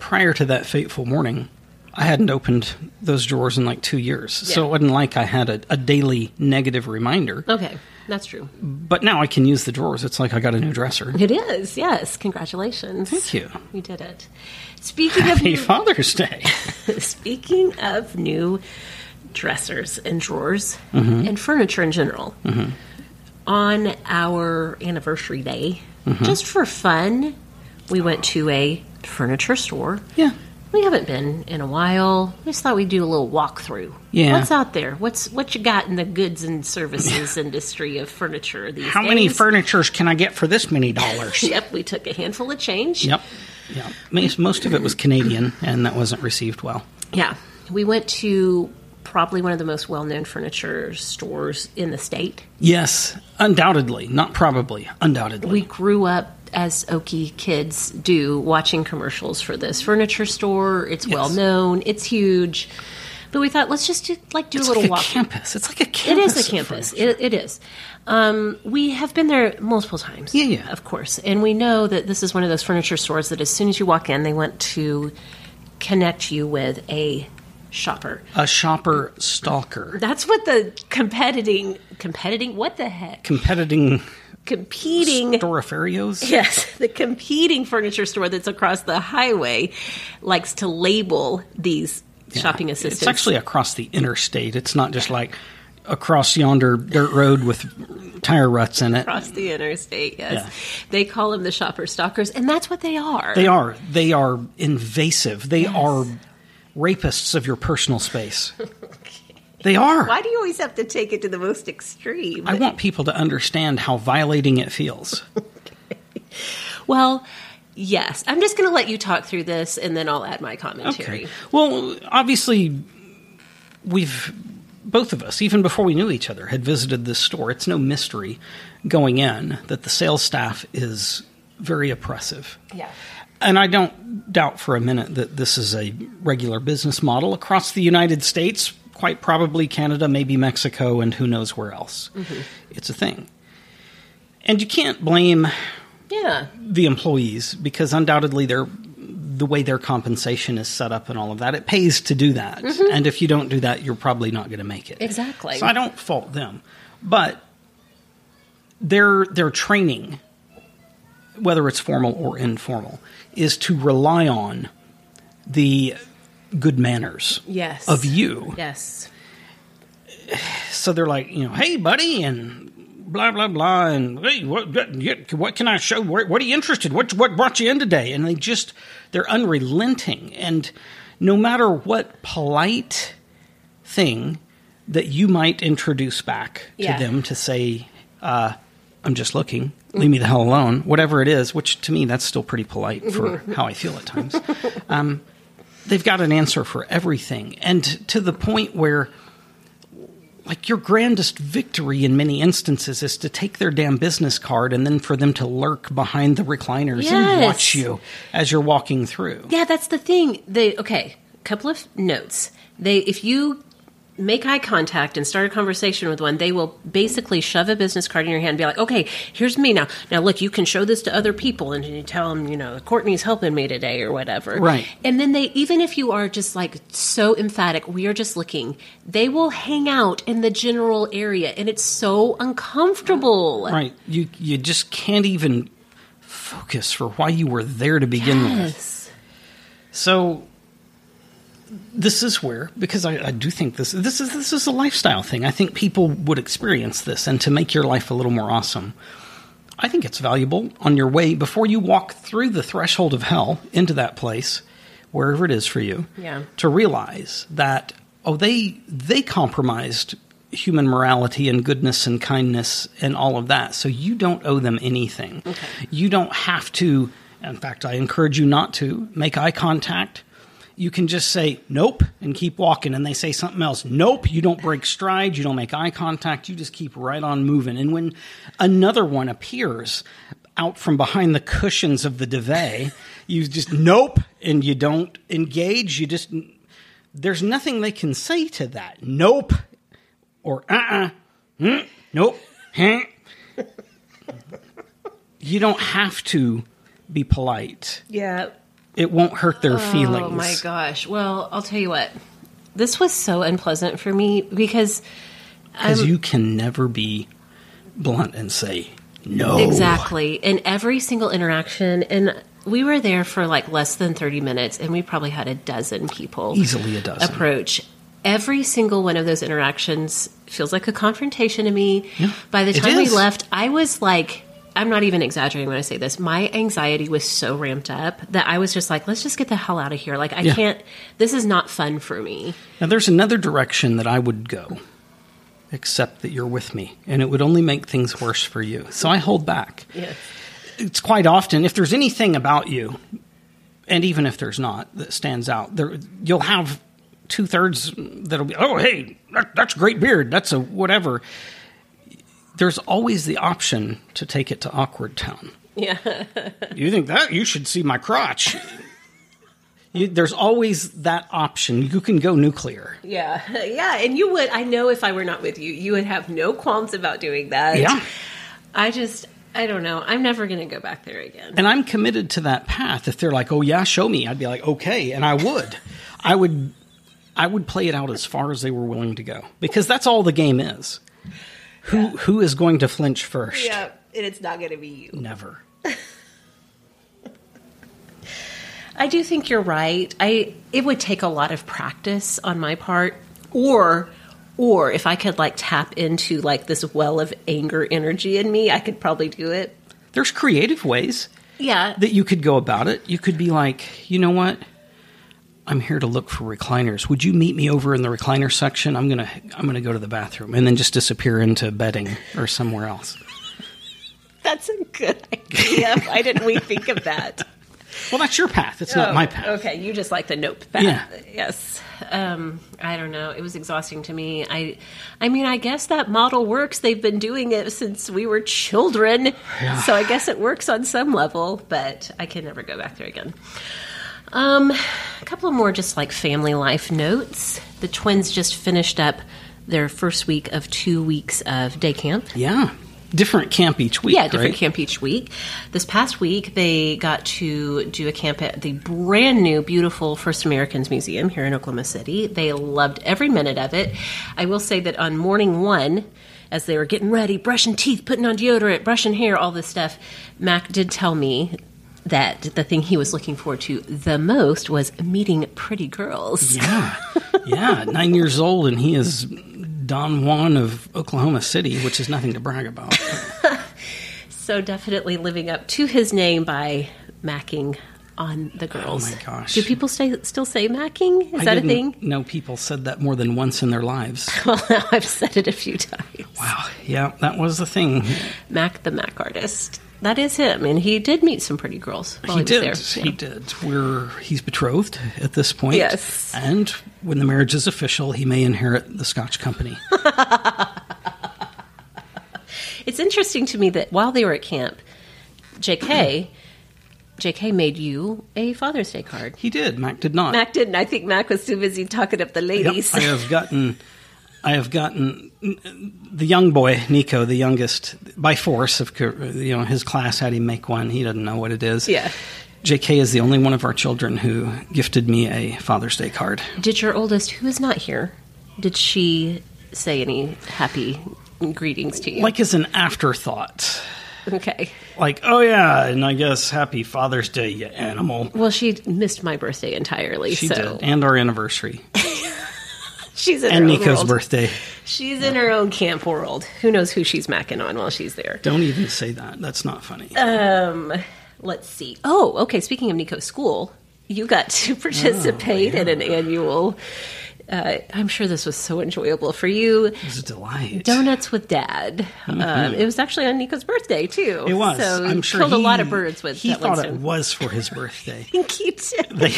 S3: prior to that fateful morning, I hadn't opened those drawers in like two years. So it wasn't like I had a, a daily negative reminder.
S2: Okay, that's true.
S3: But now I can use the drawers. It's like I got a new dresser.
S2: It is, yes. Congratulations.
S3: Thank you.
S2: You did it. Speaking of
S3: Happy
S2: new,
S3: Father's Day.
S2: speaking of new dressers and drawers
S3: Mm-hmm.
S2: and furniture in general, on our anniversary day,
S3: Mm-hmm.
S2: just for fun, we went to a furniture store.
S3: Yeah.
S2: We haven't been in a while. We just thought we'd do a little walkthrough.
S3: Yeah.
S2: What's out there? What's what you got in the goods and services industry of furniture these
S3: How many
S2: days?
S3: furnitures can I get for this many dollars?
S2: Yep, we took a handful of change.
S3: Yep. Yeah. Most- Most of it was Canadian, and that wasn't received well.
S2: Yeah. We went to probably one of the most well known furniture stores in the state.
S3: Yes, undoubtedly. Not probably. Undoubtedly.
S2: We grew up as Okie kids do watching commercials for this furniture store. It's well known, it's huge. But we thought let's just do, like do
S3: it's
S2: a little
S3: like a
S2: walk.
S3: campus. It's like a campus.
S2: It is a
S3: of
S2: campus.
S3: furniture.
S2: It, it is. Um, we have been there multiple times.
S3: Yeah, yeah.
S2: Of course. And we know that this is one of those furniture stores that as soon as you walk in, they want to connect you with a shopper.
S3: a shopper stalker.
S2: That's what the competing, competing, what the heck?
S3: Competing
S2: Competing.
S3: storiferios.
S2: Yes, the competing furniture store that's across the highway likes to label these shopping assistants.
S3: It's actually across the interstate. It's not just like across yonder dirt road with tire ruts in it.
S2: across the interstate. Yes,
S3: Yeah.
S2: they call them the shopper stalkers, and that's what they are.
S3: They are. They are invasive. They are rapists of your personal space. They are.
S2: Why do you always have to take it to the most extreme?
S3: I want people to understand how violating it feels.
S2: well, yes. I'm just going to let you talk through this, and then I'll add my commentary.
S3: Okay. Well, obviously, we've both of us, even before we knew each other, had visited this store. It's no mystery going in that the sales staff is very oppressive.
S2: Yeah.
S3: And I don't doubt for a minute that this is a regular business model across the United States, quite probably Canada, maybe Mexico, and who knows where else. It's a thing. And you can't blame
S2: Yeah.
S3: the employees because undoubtedly they're the way their compensation is set up and all of that it pays to do that and if you don't do that you're probably not going to make it
S2: Exactly.
S3: so i don't fault them but their their training whether it's formal or informal is to rely on the good manners
S2: Yes.
S3: of you
S2: Yes.
S3: so they're like, you know, hey, buddy, and blah blah blah, and hey, what what- what can I show? What, what are you interested? What what brought you in today? And they just they're unrelenting, and no matter what polite thing that you might introduce back
S2: Yeah.
S3: to them to say, uh, I'm just looking, leave me the hell alone, whatever it is, which to me that's still pretty polite for how I feel at times. Um, they've got an answer for everything, and to the point where like your grandest victory in many instances is to take their damn business card and then for them to lurk behind the recliners and
S2: Yes.
S3: watch you as you're walking through.
S2: Yeah, that's the thing. They okay. Couple of notes. They if you make eye contact and start a conversation with one, they will basically shove a business card in your hand and be like, "Okay, here's me now. Now look, you can show this to other people and you tell them, you know, Courtney's helping me today or whatever."
S3: Right.
S2: And then they even if you are just like so emphatic, we are just looking, they will hang out in the general area and it's so uncomfortable.
S3: Right. You you just can't even focus for why you were there to begin with.
S2: Yes.
S3: So this is where because I, I do think this this is this is a lifestyle thing. I think people would experience this and to make your life a little more awesome. I think it's valuable on your way before you walk through the threshold of hell into that place, wherever it is for you,
S2: Yeah.
S3: to realize that oh they they compromised human morality and goodness and kindness and all of that. So you don't owe them anything. You don't have to in fact I encourage you not to make eye contact. You can just say nope and keep walking and they say something else. Nope, you don't break stride, you don't make eye contact, you just keep right on moving. And when another one appears out from behind the cushions of the duvet, you just nope and you don't engage, you just there's nothing they can say to that. Nope. Or uh uh Nope. Huh. you don't have to be polite.
S2: Yeah.
S3: it won't hurt their feelings.
S2: Oh my gosh. Well, I'll tell you what. This was so unpleasant for me because
S3: Because you can never be blunt and say no.
S2: Exactly. In every single interaction. And we were there for like less than 30 minutes, and we probably had a dozen people
S3: Easily a dozen.
S2: approach. Every single one of those interactions feels like a confrontation to me.
S3: Yeah,
S2: By the
S3: it
S2: time we
S3: is.
S2: left, I was like, I'm not even exaggerating when I say this. My anxiety was so ramped up that I was just like, let's just get the hell out of here. Like, I
S3: Yeah.
S2: can't, this is not fun for me.
S3: Now, there's another direction that I would go, except that you're with me, and it would only make things worse for you. So I hold back.
S2: Yes.
S3: It's quite often, if there's anything about you, and even if there's not, that stands out, there, you'll have two thirds that'll be, oh, hey, that, that's a great beard. That's a whatever. There's always the option to take it to awkward town.
S2: Yeah.
S3: You think that? You should see my crotch. You, there's always that option. You can go nuclear.
S2: Yeah. Yeah. And you would, I know if I were not with you, you would have no qualms about doing that.
S3: Yeah.
S2: I just, I don't know. I'm never going to go back there again.
S3: And I'm committed to that path. If they're like, "Oh yeah, show me," I'd be like, "Okay," and I would, I would, I would play it out as far as they were willing to go because that's all the game is. Who who is going to flinch first?
S2: And it's not going to be you.
S3: Never.
S2: I do think you're right. I, it would take a lot of practice on my part or, or if I could like tap into like this well of anger energy in me, I could probably do it.
S3: There's creative ways
S2: Yeah.
S3: that you could go about it. You could be like, you know what? I'm here to look for recliners. Would you meet me over in the recliner section? I'm gonna I'm gonna go to the bathroom and then just disappear into bedding or somewhere else.
S2: That's a good idea. Why didn't we think of that?
S3: Well, that's your path. It's
S2: Oh,
S3: not my path.
S2: Okay, you just like the nope path.
S3: Yeah.
S2: Yes. Um, I don't know. It was exhausting to me. I, I mean, I guess that model works. They've been doing it since we were children, so I guess it works on some level. But I can never go back there again. Um, a couple of more just like family life notes. The twins just finished up their first week of two weeks of day camp.
S3: Yeah. Different camp each week.
S2: Yeah, different
S3: right?
S2: camp each week. This past week, they got to do a camp at the brand new, beautiful First Americans Museum here in Oklahoma City. They loved every minute of it. I will say that on morning one, as they were getting ready, brushing teeth, putting on deodorant, brushing hair, all this stuff, Mac did tell me that the thing he was looking forward to the most was meeting pretty girls.
S3: Yeah. Yeah. Nine years old, and he is Don Juan of Oklahoma City, which is nothing to brag about.
S2: So definitely living up to his name by macking on the girls.
S3: Oh my gosh.
S2: Do people stay, still say macking? Is
S3: I
S2: that a
S3: didn't
S2: thing?
S3: know people said that more than once in their lives.
S2: Well, now I've said it a few times.
S3: Wow. Yeah, that was the thing.
S2: Mac the Mac artist. That is him, and he did meet some pretty girls while
S3: he
S2: he,
S3: did.
S2: was there.
S3: He did. We're he's betrothed at this point.
S2: Yes.
S3: And when the marriage is official, he may inherit the Scotch Company.
S2: It's interesting to me that while they were at camp, JK, JK made you a Father's Day card.
S3: He did. Mac did not.
S2: Mac didn't. I think Mac was too busy talking up the
S3: Yep,
S2: ladies.
S3: I have gotten, I have gotten the young boy Nico, the youngest, by force of co- you know his class had him make one. He doesn't know what it is.
S2: Yeah.
S3: J.K. is the only one of our children who gifted me a Father's Day card.
S2: Did your oldest, who is not here, did she say any happy greetings to you?
S3: Like as an afterthought.
S2: okay.
S3: Like, oh yeah, and I guess happy Father's Day, you animal.
S2: Well, she missed my birthday entirely,
S3: She
S2: so
S3: did, and our anniversary,
S2: she's in her
S3: and
S2: own
S3: Nico's
S2: world.
S3: birthday.
S2: She's in her own camp world. Who knows who she's macking on while she's there?
S3: Don't even say that. That's not funny.
S2: Uh, Let's see. Oh, okay. Speaking of Nico's school, you got
S3: Oh,
S2: to participate in an annual. Uh, I'm sure this was so enjoyable for you.
S3: it was a delight.
S2: Donuts with Dad. Um, it was actually on Nico's birthday too.
S3: Mm-hmm. It was.
S2: So
S3: I'm sure
S2: killed
S3: he,
S2: a lot of birds with
S3: He
S2: that
S3: thought
S2: one
S3: it
S2: stone.
S3: was for his birthday.
S2: Thank you too.
S3: they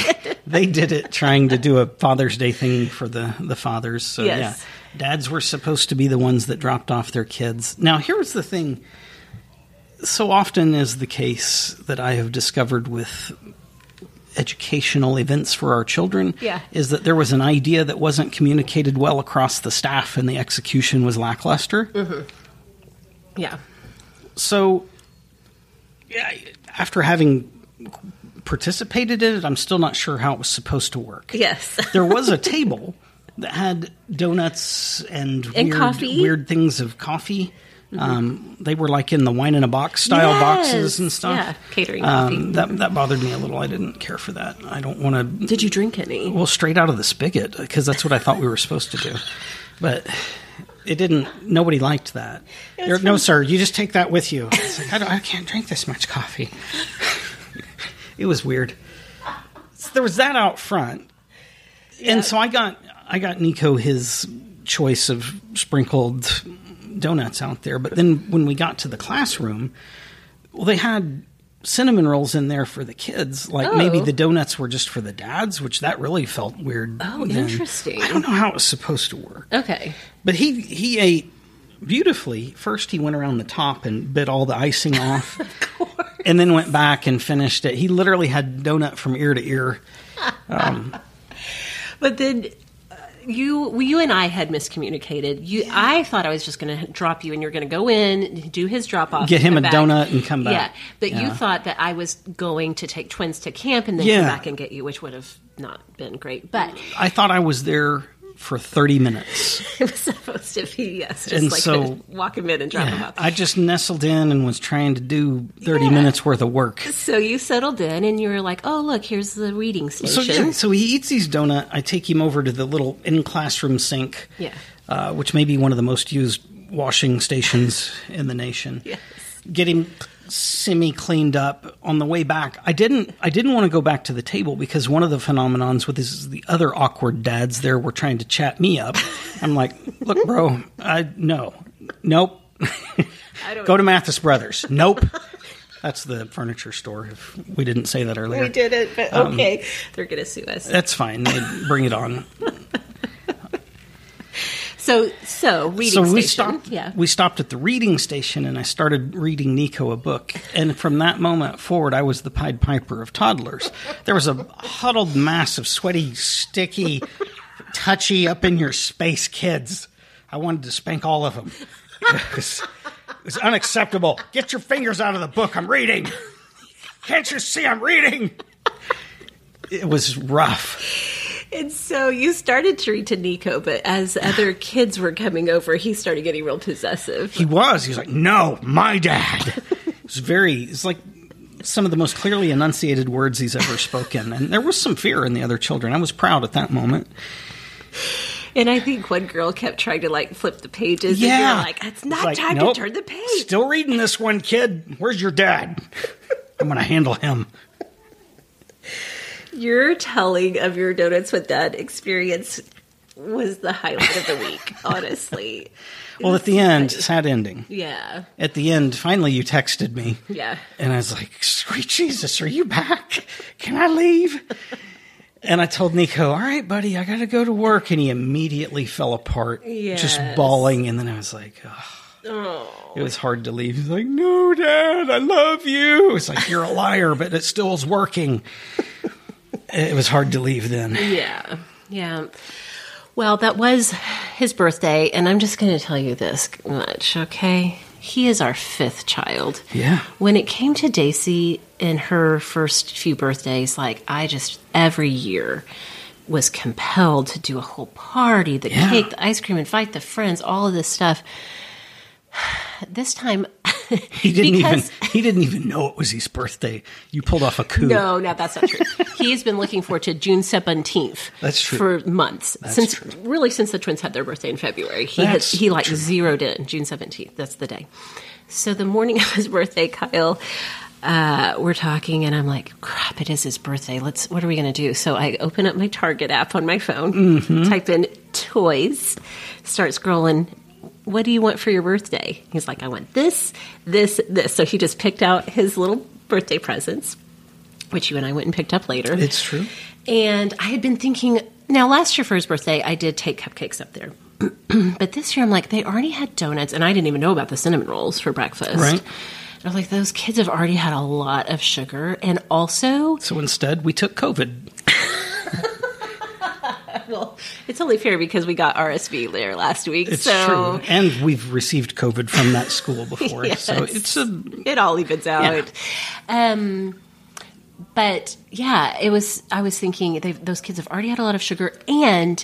S3: they did it trying to do a Father's Day thing for the the fathers. So
S2: Yes.
S3: yeah, dads were supposed to be the ones that dropped off their kids. Now here's the thing. So often is the case that I have discovered with educational events for our children
S2: Yeah.
S3: is that there was an idea that wasn't communicated well across the staff and the execution was lackluster
S2: Mm-hmm. Yeah.
S3: so yeah, after having participated in it. I'm still not sure how it was supposed to work.
S2: Yes.
S3: there was a table that had donuts and,
S2: And
S3: weird,
S2: coffee. Mm-hmm.
S3: weird things of coffee. Um, they were like in the wine in a box style
S2: Yes.
S3: boxes and stuff.
S2: Yeah, catering coffee.
S3: Um, that that bothered me a little. I didn't care for that. I don't want to
S2: Did you drink any?
S3: well straight out of the spigot because that's what I thought we were supposed to do, but it didn't. Nobody liked that. They're, no, sir, you just take that with you. It's like, I, don't, I can't drink this much coffee. it was weird. So there was that out front, and so I got I got Nico his choice of sprinkled donuts out there. But then when we got to the classroom, well, they had cinnamon rolls in there for the kids. Like maybe
S2: Oh.
S3: the donuts were just for the dads, which that really felt weird.
S2: Oh,
S3: then.
S2: interesting.
S3: I don't know how it was supposed to work.
S2: Okay.
S3: But he he ate beautifully. First, he went around the top and bit all the icing off, and then went back and finished it. He literally had donut from ear to ear.
S2: But then uh, you well, you and I had miscommunicated. You I thought I was just going to drop you and you're going to go in, do his drop off,
S3: Get him
S2: come
S3: a
S2: back.
S3: donut and come back.
S2: Yeah, but you
S3: Yeah.
S2: thought that I was going to take twins to camp and then
S3: Yeah.
S2: come back and get you, which would have not been great. But
S3: I thought I was there for thirty minutes.
S2: it was supposed to be yes, just
S3: And
S2: like
S3: so-
S2: the walk him in and drop him off.
S3: I just nestled in and was trying to do 30 minutes worth of work.
S2: so you settled in and you were like, "Oh, look, here's the reading
S3: So,
S2: station."
S3: yeah, so he eats his donut. I take him over to the little in classroom sink,
S2: Yeah.
S3: uh, which may be one of the most used washing stations in the nation.
S2: Yes.
S3: Get him semi cleaned up on the way back. I didn't I didn't want to go back to the table because one of the phenomenons with this is the other awkward dads there were trying to chat me up. I'm like, look, bro, I no. Nope. go to Mathis Brothers. Nope. That's the furniture store. If we didn't say that earlier,
S2: we did it, but
S3: Um,
S2: okay, they're going to sue us.
S3: that's fine. They bring it on.
S2: So, so reading
S3: so we
S2: station.
S3: stopped.
S2: Yeah.
S3: We stopped at the reading station, and I started reading Nico a book. And from that moment forward, I was the Pied Piper of toddlers. There was a huddled mass of sweaty, sticky, touchy, up in your space kids. I wanted to spank all of them. It was, it was unacceptable. Get your fingers out of the book. I'm reading. Can't you see I'm reading? It was rough.
S2: And so you started to read to Nico, but as other kids were coming over, he started getting real possessive.
S3: He was. He was like, no, my dad. it's very, it's like some of the most clearly enunciated words he's ever spoken. And there was some fear in the other children. I was proud at that moment.
S2: And I think one girl kept trying to like flip the pages.
S3: yeah.
S2: And you're like, it's not
S3: like,
S2: time
S3: "Nope,
S2: to turn the page.
S3: Still reading this one, kid. Where's your dad? I'm going to handle him.
S2: Your telling of your donuts with dad experience was the highlight of the week, honestly.
S3: Well, at the end, sad ending.
S2: Yeah.
S3: At the end, finally, you texted me.
S2: Yeah.
S3: And I was like, sweet Jesus, are you back? Can I leave? And I told Nico, all right, buddy, I got to go to work. And he immediately fell apart, just
S2: Yes.
S3: bawling. And then I was like, oh.
S2: Oh.
S3: it was hard to leave. He's like, no, Dad, I love you. It's like, you're a liar, but it still is working. it was hard to leave then.
S2: Yeah. Yeah. Well, that was his birthday, and I'm just going to tell you this much, okay? He is our fifth child.
S3: Yeah.
S2: When it came to Daisy in her first few birthdays, like I just every year was compelled to do a whole party, the
S3: Yeah.
S2: cake, the ice cream, invite the friends, all of this stuff. This time,
S3: He didn't
S2: because,
S3: even he didn't even know it was his birthday. You pulled off a coup.
S2: No, no, that's not true. He's been looking forward to June seventeenth.
S3: That's true.
S2: For months since, really, since the twins had their birthday in February, he had,
S3: That's
S2: he like
S3: true.
S2: zeroed in June seventeenth. That's the day. So the morning of his birthday, Kyle, uh, we're talking, and I'm like, "Crap! It is his birthday. Let's. What are we going to do?" So I open up my Target app on my phone,
S3: Mm-hmm.
S2: type in toys, start scrolling. What do you want for your birthday? He's like, I want this, this, this. So he just picked out his little birthday presents which you and I went and picked up later.
S3: It's true.
S2: and I had been thinking, now last year for his birthday, I did take cupcakes up there. but this year, I'm like, they already had donuts, and I didn't even know about the cinnamon rolls for breakfast.
S3: Right.
S2: And I was like, those kids have already had a lot of sugar. And also,
S3: So instead, we took COVID.
S2: well, it's only fair because we got RSV later last week.
S3: It's
S2: so
S3: true. And we've received COVID from that school before. So
S2: Yes.
S3: it's a
S2: it all evens out. Um, but yeah, it was. I was thinking they- those kids have already had a lot of sugar, and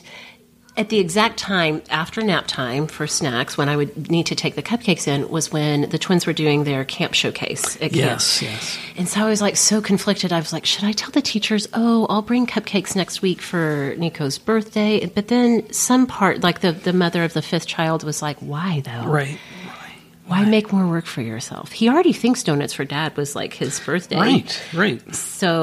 S2: at the exact time after nap time for snacks, when I would need to take the cupcakes in, was when the twins were doing their camp showcase. At camp.
S3: Yes, yes.
S2: And so I was like so conflicted. I was like, should I tell the teachers, oh, I'll bring cupcakes next week for Nico's birthday? But then some part, like the, the mother of the fifth child, was like, why though?
S3: Right.
S2: Why make more work for yourself? He already thinks donuts for dad was like his birthday.
S3: Right, right.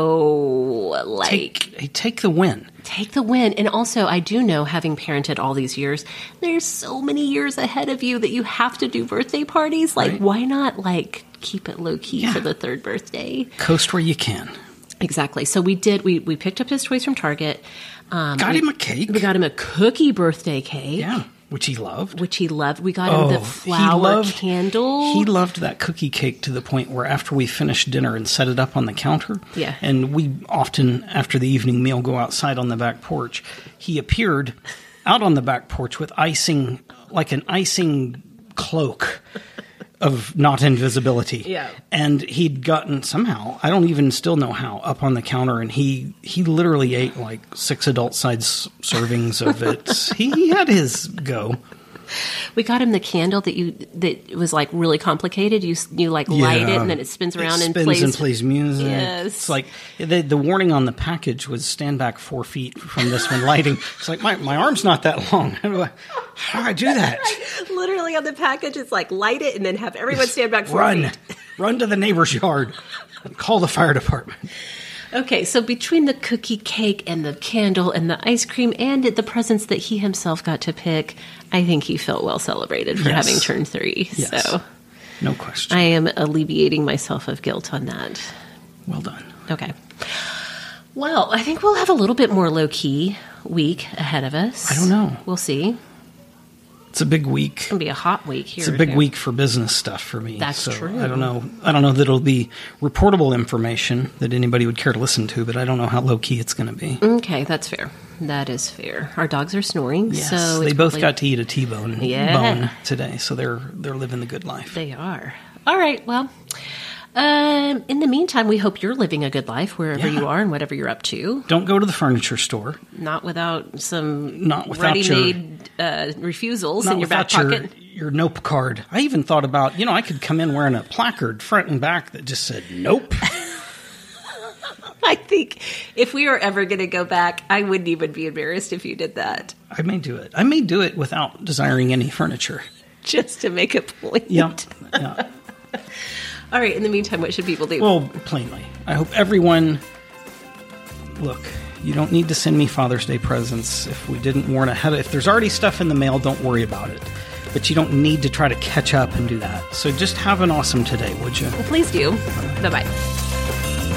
S2: So, like,
S3: Take, hey, take the win.
S2: take the win. And also, I do know, having parented all these years, there's so many years ahead of you that you have to do birthday parties. Like,
S3: Right.
S2: why not, like, keep it low key
S3: Yeah.
S2: for the third birthday?
S3: Coast where you can.
S2: Exactly. So we did. We we picked up his toys from Target. Um,
S3: Got
S2: we,
S3: him a cake.
S2: We got him a cookie birthday cake.
S3: yeah, which he loved.
S2: Which he loved. We got him the
S3: Oh, he
S2: flower
S3: loved-
S2: candle.
S3: He loved that cookie cake to the point where after we finished dinner and set it up on the counter,
S2: Yeah.
S3: and we often after the evening meal go outside on the back porch, he appeared out on the back porch with icing like an icing cloak of not invisibility.
S2: Yeah.
S3: And he'd gotten somehow, I don't even still know how, up on the counter and he he literally ate like six adult size servings of it. he, he had his go.
S2: we got him the candle that you that was like really complicated. You s- you like light it
S3: Yeah.
S2: and then it spins around
S3: spins
S2: and plays.
S3: and plays music.
S2: Yes.
S3: It's like the, the warning on the package was stand back four feet from this when lighting. It's like my, my arm's not that long. How do I, how do, I do that?
S2: Literally on the package, it's like light it and then have everyone stand back for
S3: Run, run to the neighbor's yard. Call the fire department.
S2: Okay, so between the cookie cake and the candle and the ice cream and the presents that he himself got to pick, I think he felt well celebrated for
S3: Yes.
S2: having turned three.
S3: Yes.
S2: So
S3: No question.
S2: I am alleviating myself of guilt on that.
S3: well done.
S2: Okay. Well, I think we'll have a little bit more low key week ahead of us.
S3: I don't know.
S2: We'll see. It's
S3: It's a big week.
S2: gonna be a hot week here.
S3: It's a big
S2: there.
S3: week for business stuff for me.
S2: That's
S3: so
S2: true.
S3: I don't know. I don't know that it'll be reportable information that anybody would care to listen to, but I don't know how low key it's going to be.
S2: Okay, that's fair. That is fair. Our dogs are snoring,
S3: Yes,
S2: so
S3: they
S2: it's
S3: both
S2: probably-
S3: got to eat a T-bone
S2: Yeah.
S3: bone today, so they're they're living the good life.
S2: They are. All right. Well, um, in the meantime, we hope you're living a good life wherever
S3: Yeah.
S2: you are and whatever you're up to.
S3: Don't go to the furniture store.
S2: Not without some
S3: Not without your-
S2: ready-made uh, refusals
S3: Not
S2: in your back
S3: without
S2: pocket.
S3: your your nope card. I even thought about you know I could come in wearing a placard front and back that just said nope.
S2: I think if we are ever going to go back, I wouldn't even be embarrassed if you did that
S3: I may do it. I may do it without desiring any furniture.
S2: just to make a point.
S3: Yep. yeah.
S2: All right. In the meantime, what should people do?
S3: Well, plainly, I hope everyone. Look, you don't need to send me Father's Day presents if we didn't warn ahead. If there's already stuff in the mail, don't worry about it. But you don't need to try to catch up and do that. So just have an awesome today, would you?
S2: Please do. Bye bye.